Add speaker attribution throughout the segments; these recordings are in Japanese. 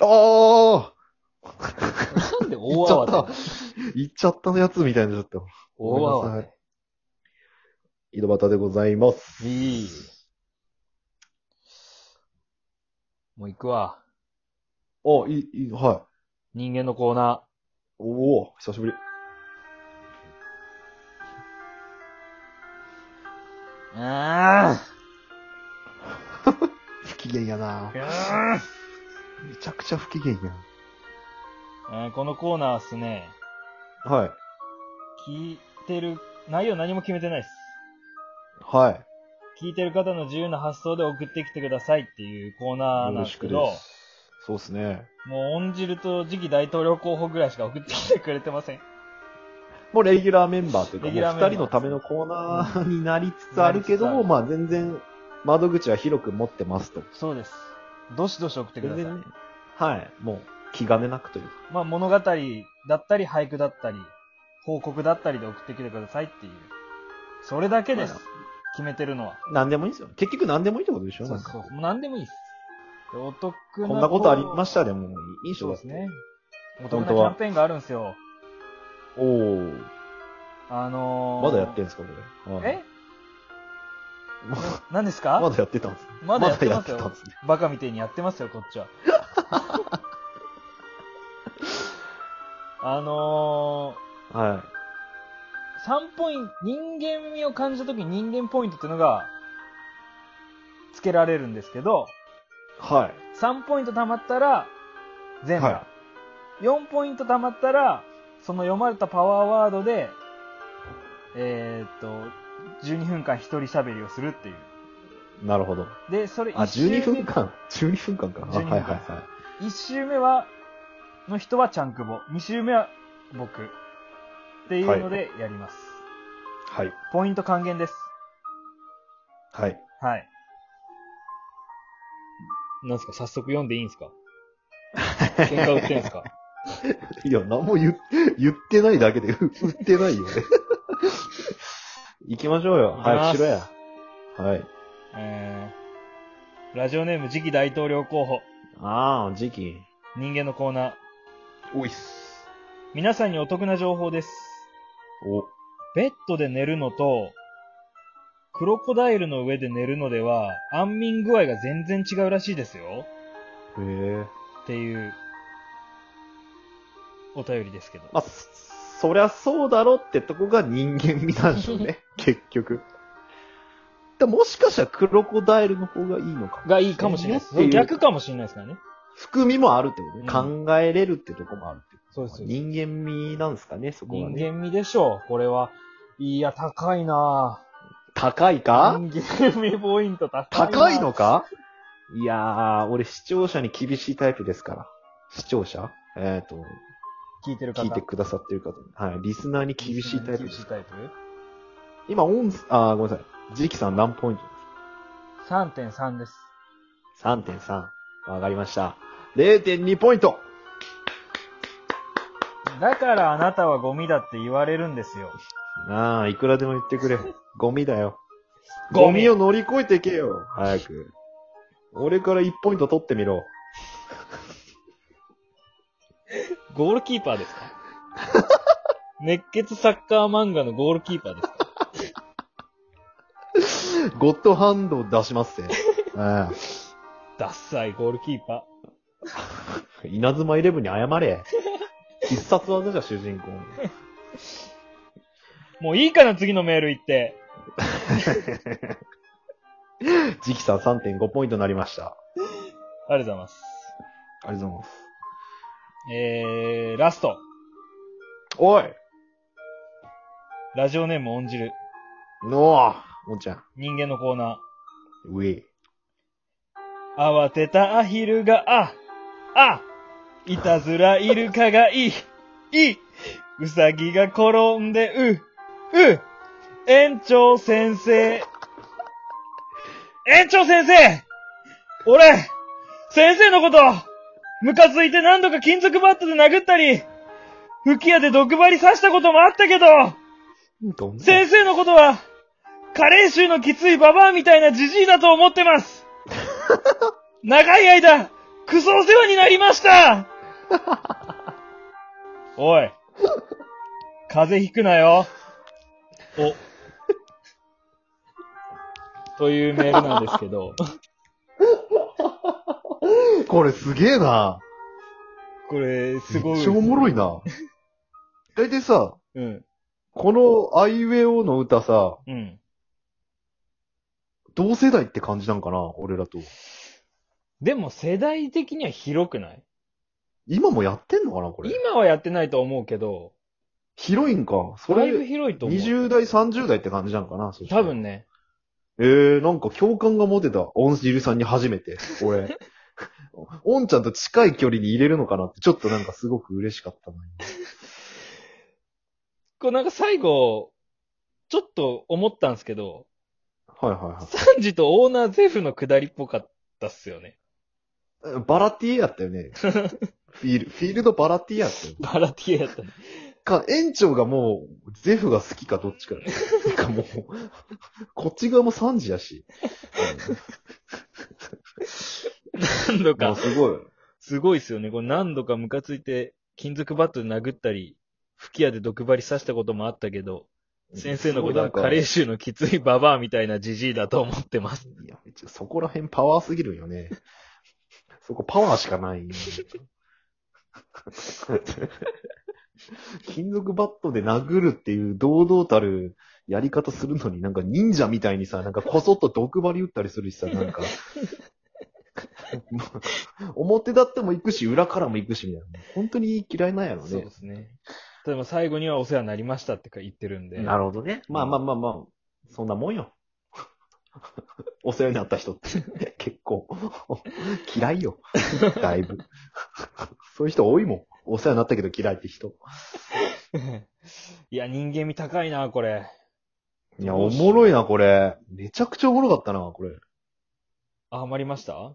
Speaker 1: おー
Speaker 2: なんで
Speaker 1: 行っちゃ
Speaker 2: 大
Speaker 1: った
Speaker 2: 慌て。
Speaker 1: 行っちゃったのやつみたいになっちゃった。
Speaker 2: 大慌て。
Speaker 1: 井戸端でございます。
Speaker 2: いい。もう行くわ。
Speaker 1: あ、いい、いい、はい。
Speaker 2: 人間のコーナ
Speaker 1: おお久しぶり。
Speaker 2: ー。あ
Speaker 1: 不機嫌やな
Speaker 2: あ
Speaker 1: めちゃくちゃ不機嫌や
Speaker 2: えーこのコーナーはですね、
Speaker 1: はい。
Speaker 2: 聞いてる、内容何も決めてないです。
Speaker 1: はい。
Speaker 2: 聞いてる方の自由な発想で送ってきてくださいっていうコーナーなんですけ
Speaker 1: よろ
Speaker 2: ど
Speaker 1: しく、です。そうですね。
Speaker 2: もう、オンジルと次期大統領候補ぐらいしか送ってきてくれてません。
Speaker 1: もうレギュラーメンバーというか、も
Speaker 2: レ
Speaker 1: う
Speaker 2: ギュラーメン
Speaker 1: 二人
Speaker 2: バー
Speaker 1: のためのコーナーになりつつあるけど
Speaker 2: な
Speaker 1: も、
Speaker 2: りつつ
Speaker 1: まあ全然窓口は広く持ってますと。
Speaker 2: そうです。どしどし送ってくだ
Speaker 1: 全
Speaker 2: さい。
Speaker 1: 然ね。はい。もう気兼ねなくというか。
Speaker 2: まあ、物語だったり、俳句だったり、報告だったりで送ってきてくださいっていう。それだけです
Speaker 1: まあ。
Speaker 2: 決めてるのは。
Speaker 1: 何でもいいですよ。結局何でもいいってことでし
Speaker 2: そ
Speaker 1: ょ
Speaker 2: うそう
Speaker 1: なんか
Speaker 2: そう。もう何でもいいです。でお得な。
Speaker 1: こんなことありましたでも、いい人
Speaker 2: そうで
Speaker 1: ですす
Speaker 2: ね
Speaker 1: ね。。
Speaker 2: お
Speaker 1: 本
Speaker 2: 得な
Speaker 1: 当
Speaker 2: キャ
Speaker 1: は
Speaker 2: ンペーンがあるんですよ。
Speaker 1: おー。
Speaker 2: あのー、
Speaker 1: まだやってんですか、これ。はい
Speaker 2: え
Speaker 1: ま
Speaker 2: 何ですか
Speaker 1: まだやってたんですね。
Speaker 2: まだやってますよ
Speaker 1: まだやってたんですね。
Speaker 2: バカみてえにやってますよ、こっち は。あの
Speaker 1: は
Speaker 2: ー、3ポイント、人間味を感じたときに人間ポイントっていうのが、つけられるんですけど、
Speaker 1: い。はい。
Speaker 2: 3ポイント貯まったら、全部。
Speaker 1: は
Speaker 2: 4ポイント貯まったら、その読まれたパワーワードで、えーっと、12分間一人喋りをするっていう。
Speaker 1: なるほど。
Speaker 2: で、それ
Speaker 1: あ、
Speaker 2: 一周目
Speaker 1: 12分間。12分間か。あ
Speaker 2: 12分
Speaker 1: は
Speaker 2: 間
Speaker 1: いはいはい。
Speaker 2: 一周目は、の人はちゃんくぼ。二周目は僕。っていうのでやります。
Speaker 1: はい。
Speaker 2: ポイント還元です。
Speaker 1: はい。
Speaker 2: はい。なんすか早速読んでいいんすか喧嘩売ってん すか
Speaker 1: いや、何も言っ、言ってないだけで、 う売ってないよね。行きましょうよ。
Speaker 2: 行きま
Speaker 1: 早く
Speaker 2: す
Speaker 1: しろや。はい。
Speaker 2: えー、ラジオネーム次期大統領候補。
Speaker 1: ああ、時期。
Speaker 2: 人間のコーナー。
Speaker 1: おいっす。
Speaker 2: 皆さんにお得な情報です。
Speaker 1: お。
Speaker 2: ベッドで寝るのと、クロコダイルの上で寝るのでは、安眠具合が全然違うらしいですよ。
Speaker 1: へえ。
Speaker 2: っていう、お便りですけど。
Speaker 1: まあ、そそりゃそうだろってとこが人間味なんでしょう ね。結局。でもしかしたらクロコダイルの方がいいのかも。
Speaker 2: がいいかもしれないで
Speaker 1: ってい
Speaker 2: す。
Speaker 1: う
Speaker 2: 逆かもしれないですからね。
Speaker 1: 含みもあるってことね。
Speaker 2: う
Speaker 1: 考えれるってとこもあるってこと。
Speaker 2: そうですそうです
Speaker 1: 人間味なんですかね、そこは
Speaker 2: 人
Speaker 1: ね。
Speaker 2: 間味でしょう、これは。いや、高いなぁ。
Speaker 1: 高いか
Speaker 2: 人間味ポイント高いなぁ
Speaker 1: 高いのかいやー、俺視聴者に厳しいタイプですから。視聴者えっ、と、
Speaker 2: 聞いてる方。
Speaker 1: 聞いてくださってる方。はい、リスナーに厳しいタイプ
Speaker 2: 厳
Speaker 1: で
Speaker 2: しい
Speaker 1: す。
Speaker 2: タイプ
Speaker 1: 今、オンス、あー、ごめんなさい。ジキさん何ポイントですか
Speaker 2: ?3.3 です。
Speaker 1: 3.3。わかりました。0.2ポイント
Speaker 2: だからあなたはゴミだって言われるんですよ。
Speaker 1: ああ、いくらでも言って くれ。ゴミだよ。
Speaker 2: ゴ
Speaker 1: ゴ
Speaker 2: ミ
Speaker 1: ミを乗り越えていけよ。早く。俺から1ポイント取ってみろ。
Speaker 2: ゴールキーパーで すか熱血サッカー漫画のゴールキーパーですか
Speaker 1: ゴッドハンド出しますぜ。 ああ
Speaker 2: ダッサいゴールキーパ
Speaker 1: 稲妻イレブンに謝れ。必殺技じゃ、主人公。
Speaker 2: ー。もういいかな、次のメール行って。
Speaker 1: ジキさん3.5ポイントになりました。
Speaker 2: ありがとうございます。
Speaker 1: ありがとうございます。
Speaker 2: えー、ラスト。
Speaker 1: おい
Speaker 2: ラジオネームオンジル。
Speaker 1: のあもんちゃん。
Speaker 2: 人間のコーナ
Speaker 1: うえ。
Speaker 2: ー。慌てたアヒルが、あ、あ、いたずらイルカがいい、いい、うさぎが転んで、う、う、園長先生。園長先生俺、先生のこと、ムカついて何度か金属バットで殴ったり、吹き矢で毒針刺したこともあったけど、
Speaker 1: どんな
Speaker 2: 先生のことは、加齢 臭のきついババアみたいなジジイだと思ってます。長い間、クソお世話になりました おい。風邪ひくなよ。お。 というメールなんです けど、
Speaker 1: これすげえな。
Speaker 2: これ、すごい
Speaker 1: めっ
Speaker 2: です
Speaker 1: ちゃ
Speaker 2: ね、
Speaker 1: おもろい な。だいたいさ、
Speaker 2: うん。
Speaker 1: このアイウェイオの歌さ、
Speaker 2: うん。
Speaker 1: 同世代って感じなんかな俺らと。
Speaker 2: でも世代的には広くない
Speaker 1: 今もやってんのかなこれ。
Speaker 2: 今はやってないと思うけど、
Speaker 1: 広いんか。そ
Speaker 2: だいぶ
Speaker 1: れ、
Speaker 2: 広いと思う。
Speaker 1: 20代、30代って感じなんかなそした
Speaker 2: 多
Speaker 1: ら
Speaker 2: 分ね。
Speaker 1: えー、なんか共感が持てた。オンシルさんに初めて。 俺。オンちゃんと近い距離に入れるのかなって、ちょっとなんかすごく嬉しかったな。
Speaker 2: こうなんか最後、ちょっと思ったんですけど、
Speaker 1: はいは
Speaker 2: サンジとオーナーゼフの下りっぽかったっすよね。
Speaker 1: いはい。バラティエやったよ ね。フィール、フィールドバラティエやったよ。
Speaker 2: バラティエやったね。
Speaker 1: か、園長がもう、ゼフが好きかどっちか。なんかもう、こっち側も3時やし。
Speaker 2: 何度
Speaker 1: もう
Speaker 2: か。
Speaker 1: すごい。
Speaker 2: すごいっすよね。これ何度かムカついて、金属バットで殴ったり、吹き矢で毒針刺したこともあったけど、先生のことはカレー臭のきついババアみたいなジジイだと思ってます。
Speaker 1: いや、そこら辺パワーすぎるよね。 そこパワーしかないよ。金属バットで殴るっていう堂々たるやり方するのになんか忍者みたいにさ、なんかこそっと毒針打ったりするしさ、 なんか。もう表立っても行くし、裏からも行くし、みたいな。本当に嫌いなんやろ
Speaker 2: そう
Speaker 1: ね
Speaker 2: で。すね。でも最後にはお世話になりましたってか言ってるんで。
Speaker 1: なるほどね。まあまあまあまあ、そんなもんよ。 お世話になった人って、 結構、嫌い よ。だいぶ。そういう人多いもん。お世話になったけど嫌いって人。
Speaker 2: いや、人間味高いな、これ。
Speaker 1: いや、おもろいな、これ。めちゃくちゃおもろかったな、これ。
Speaker 2: あ、ハマりました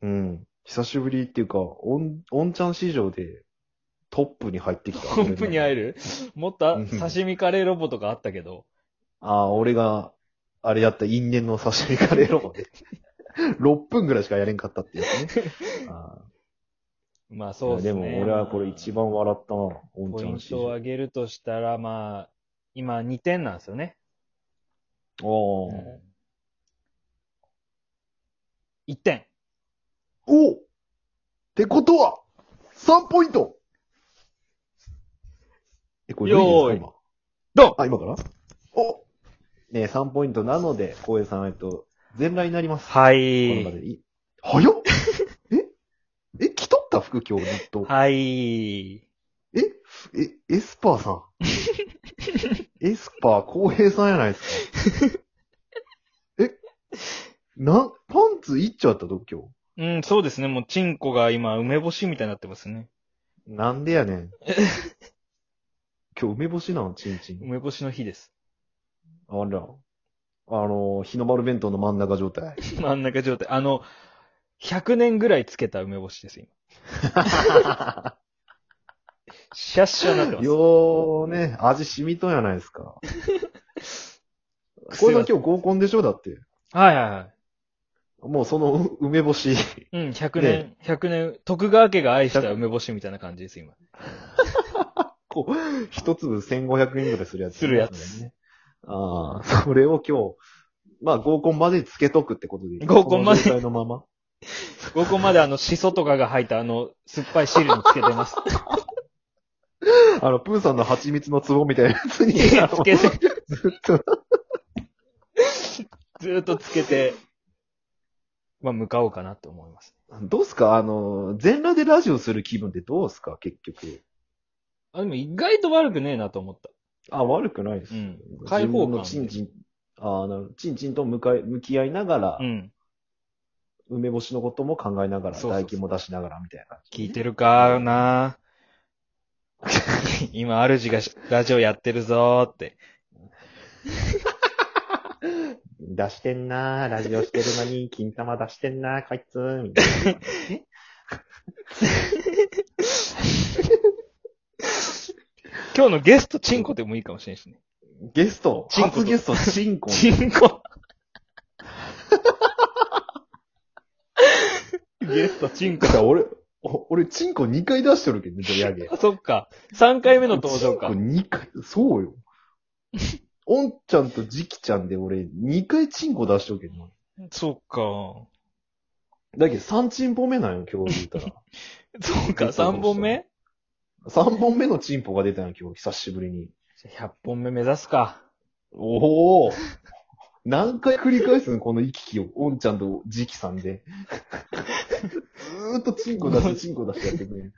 Speaker 1: うん。久しぶりっていうか、おん、おんちゃん市場でトップに入ってきた。
Speaker 2: トップに会え
Speaker 1: る。
Speaker 2: るもっと
Speaker 1: うん
Speaker 2: 刺身カレーロボとかあったけど。
Speaker 1: ああ、俺が、あれやった因縁の刺身カレーロボで。6分ぐらいしかやれんかったっていう ね。あー
Speaker 2: まあそうですね。
Speaker 1: いやでも俺はこれ一番笑ったな、おん
Speaker 2: ポ
Speaker 1: ち
Speaker 2: イ
Speaker 1: ゃん
Speaker 2: ン
Speaker 1: 史
Speaker 2: トを
Speaker 1: 上
Speaker 2: 上げるとしたら、まあ、今2点なんですよね。
Speaker 1: おー
Speaker 2: 1点。
Speaker 1: おってことは、3ポイントえ、これルイ
Speaker 2: よー
Speaker 1: で
Speaker 2: い
Speaker 1: すか
Speaker 2: ドン
Speaker 1: 今あ、今からおね三3ポイントなので、光栄さん、えっと、全裸になります。
Speaker 2: は
Speaker 1: この場
Speaker 2: い。
Speaker 1: でい。早っええ、着とった服今日ずっと。
Speaker 2: はい。
Speaker 1: ええ、エスパーさん。エスパー浩平さんやないですか。え、な、パンツいっちゃったと今
Speaker 2: うん、そうですね。もう、チンコが今、梅干しみたいになってますね。
Speaker 1: 日。なんでやねん。今日梅干しなの、チンチン。
Speaker 2: 梅干しの日です。
Speaker 1: あら。あの、日の丸弁当の真ん中状態。
Speaker 2: 真ん中状態。あの、100年ぐらいつけた梅干しです、今。シャッシャになってます。
Speaker 1: よーね、味染みとんやないですか。これが今日合コンでしょだって。
Speaker 2: はいはいはい。
Speaker 1: もうその梅干し。
Speaker 2: うん、100年、100年、徳川家が愛した梅干しみたいな感じです、今。
Speaker 1: こう、一粒1500円ぐらいするやつ。
Speaker 2: するやつ。
Speaker 1: ああ、それを今日、まあ合コンまでにつけとくってことでいい。
Speaker 2: 合コンまで
Speaker 1: この状態のまま。
Speaker 2: ここまであの、シソとかが入ったあの、酸っぱい汁につけてます。
Speaker 1: あの、プーさんの蜂蜜の壺 みたいなやつに、あの
Speaker 2: つけて、
Speaker 1: ずっと、
Speaker 2: ずーっとつけて、まあ、向かおうかなと思います。
Speaker 1: どうすかあの、全裸でラジオする気分ってどうすか結局。
Speaker 2: あ、でも意外と悪くねえなと思った。
Speaker 1: あ、悪くないです。
Speaker 2: うん。開
Speaker 1: 自分
Speaker 2: 放感
Speaker 1: の。チンチン、ああ、なるほどチンチンと向かい、向き合いながら、
Speaker 2: うん。
Speaker 1: 梅干しのことも考えながら、
Speaker 2: そうそうそう
Speaker 1: 唾液も出しながらみたいな感じ。
Speaker 2: 聞いてるかな 今、主がしラジオやってるぞーって。
Speaker 1: 出してんなー、ラジオしてるのに、金玉出してんなー、こいつー、みたいな。え
Speaker 2: 今日のゲスト、チンコでもいいかもしれんしね。
Speaker 1: ゲスト、
Speaker 2: チンコと
Speaker 1: 初ゲスト、チンコ。
Speaker 2: チンコ。 ゲスト、チンコ
Speaker 1: だ。から俺、お俺、チンコ2回出しとるけどね、じゃあヤゲ。
Speaker 2: あ、そっか。3回目の登場か
Speaker 1: チン。コ2回、そうよ。おんちゃんとじきちゃんで俺、2回チンコ出しとるけどな。
Speaker 2: そっか。
Speaker 1: だけど3チンポ目なんよ、今日言ったら。
Speaker 2: そうか、
Speaker 1: ゲストの
Speaker 2: 3本目
Speaker 1: 3本目のチンポが出たんよ、今日、久しぶりに。
Speaker 2: じゃあ100本目目指すか。
Speaker 1: おお何回繰り返すのこの行き来を。おんちゃんとじきさん で。ずーっとチンコ出して、チンコ出してやってくれる。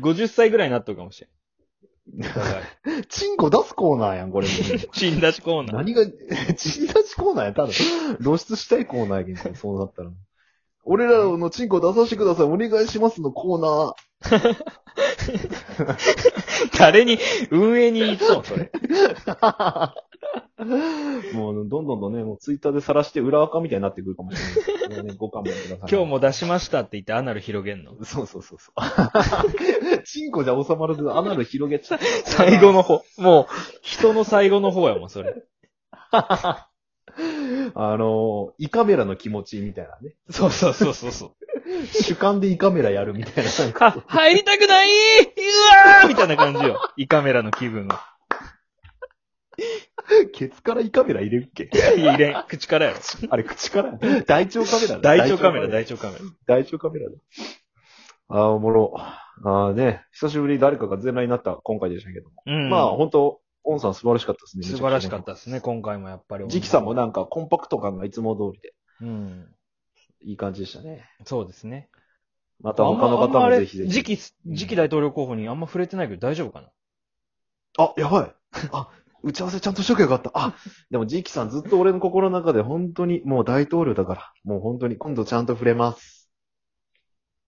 Speaker 2: 50歳ぐらいになっとるかもしれん。お 互い
Speaker 1: チンコ出すコーナーやん、これもう。
Speaker 2: チン出しコーナー。
Speaker 1: 何が、 チン出しコーナーや、ただ。露出したいコーナーやけんこれ、そうなったら。俺らのチンコ出させてください、お願いしますのコーナー。
Speaker 2: 誰に、運営に言っとん、それ。
Speaker 1: もう、どんどんとね、もうツイッターで晒して裏垢みたいになってくるかもしれない。もうね、ご勘弁ください。
Speaker 2: 今日。も出しましたって言ってアナル広げんの。
Speaker 1: そうそうそうそう。 チンコじゃ収まらず、アナル広げちゃった。
Speaker 2: 最後の方。もう、人の最後の方やもん、それ。
Speaker 1: あ の、胃カメラの気持ちみたいなね。
Speaker 2: そうそうそうそう そう。
Speaker 1: 主観で胃カメラやるみたいな。なんか
Speaker 2: あ、入りたくないうわー みたいな感じよ。胃カメラの気分が。
Speaker 1: ケツから胃カメラ入れるっけ
Speaker 2: 入れん。口からやろ。
Speaker 1: あれ、口から大腸カメラだ
Speaker 2: 大腸カメラ、大腸カメラ。
Speaker 1: 大腸カメラだ。あー、おもろ。あーね、久しぶりに誰かが全裸になった今回でしたけども。
Speaker 2: うん。
Speaker 1: まあ、本当オンさん素晴らしかったですね。。
Speaker 2: 素晴らしかったたですね、今回もやっぱり。
Speaker 1: ジキさんもなんかコンパクト感がいつも通りで、
Speaker 2: うん。
Speaker 1: いい感じでしたね。
Speaker 2: そうですね。
Speaker 1: また他の方もぜひぜひ。
Speaker 2: 次期、次期大統領候補にあんま触れてないけど大丈夫かな
Speaker 1: あ、やばい。あ、打ち合わせちゃんとしとけばよかった。あ、でもジキさんずっと俺の心の中で本当にもう大統領だから、もう本当に今度ちゃんと触れます。